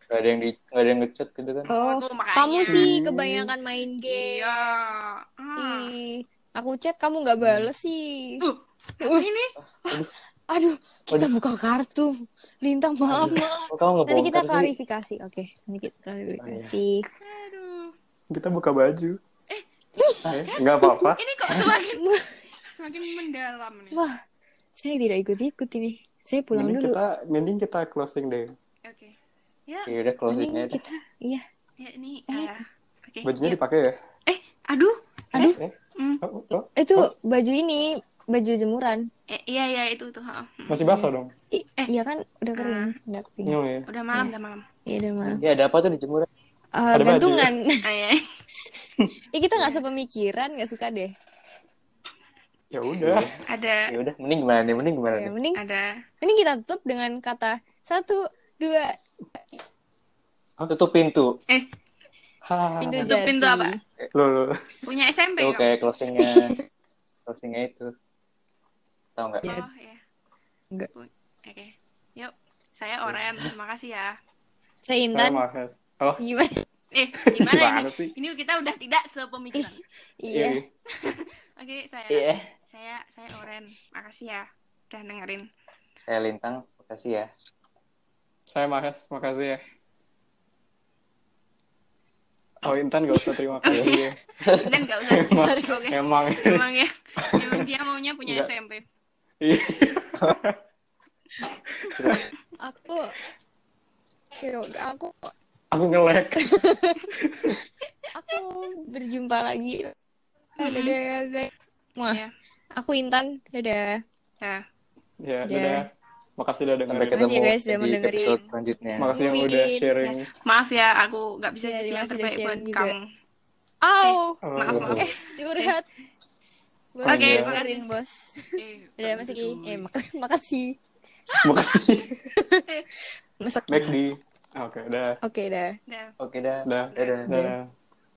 Gak ada yang di gak ada yang ngecat gitu kan.
oh
Tuh, makanya.
kamu sih kebanyakan main game
ya? iya ah.
Ih, aku chat kamu nggak bales sih
Tuh, apa ini
aduh kita buka kartu lintang maaf maaf
Oh, kamu nggak
nanti kita
bongkar sih?
klarifikasi oke nanti kita klarifikasi
Aduh.
kita buka baju eh nggak apa-apa
Ini kok
[LAUGHS]
semakin semakin mendalam nih. Oke.
wah saya tidak ikut ikut ini saya pulang dulu
mending kita mending kita closing deh
Ya,
Iya udah closing
Mending
aja.
kita iya
ya ini eh, Oke.
bajunya
ya.
dipakai ya
Eh, aduh. Hmm.
aduh
Oh, oh,
itu Eh, baju ini baju jemuran
Eh, iya iya itu tuh. ha. Hmm.
masih basah dong
I-
Eh.
iya kan udah
Ah.
kering udah kering
Iya, iya.
Udah malam, udah malam.
iya udah malam
Iya ada apa tuh di jemur?
Eh,
Ada baju.
gantungan [LAUGHS]
Ay, ay.
Ih, kita nggak sepemikiran nggak suka deh
ya udah
Ada
Iya.
Ya udah, mending gimana nih? Mending gimana
ya,
nih?
mending
ada
mending kita tutup dengan kata satu dua
Tutup pintu.
eh
Hah.
pintu
Tutup
jati
pintu apa?
lo lo
punya SMP kamu?
Tuh kayak closingnya
[LAUGHS]
closingnya itu. Tahu nggak?
Ya.
Oh, ya.
Enggak.
Oke. Yuk. Saya Oren, terima kasih ya.
saya
saya
Intan
mahas oh
gimana
Eh, gimana
Gimana
ini?
sih?
Ini kita udah tidak sepemikiran.
iya
Iya.
Oke, saya
Iya.
saya saya Oren. Makasih ya udah dengerin.
Saya lintang, makasih ya.
saya mahas makasih ya Oh Intan gak usah terima kasih.
Iya.
Dan nggak usah
Emang.
ditarik, oke.
Emang. [LAUGHS]
Emang ya, emang dia maunya punya
Nggak.
SMP.
Aku Oke, udah. aku
Aku ngelek.
aku berjumpa lagi. Dadah guys. Wah.
Iya.
Aku Intan. Dadah.
Ya.
Ya,
Ya.
dadah. Makasih udah
Sampai
dengerin.
ketemu
Makasih ya, guys, udah
di
mendengarin.
episode selanjutnya.
Makasih yang udah
Wih.
sharing.
Maaf ya, aku nggak bisa
Iya,
jadi
terima
yang
kasih udah
terbaik buat
sharing juga.
kamu.
Au,
Oh,
Maaf, maaf.
eh, curhat. Bos,
Oke,
dengerin,
makasih.
bos.
Eh,
Dadah, Mas Iki. Eh, mak- [LAUGHS] makasih.
Makasih. [LAUGHS]
Masak.
Back di. Oke, dah.
Oke, dah.
Dah.
Oke dah.
Dah.
Dadah.
Dah.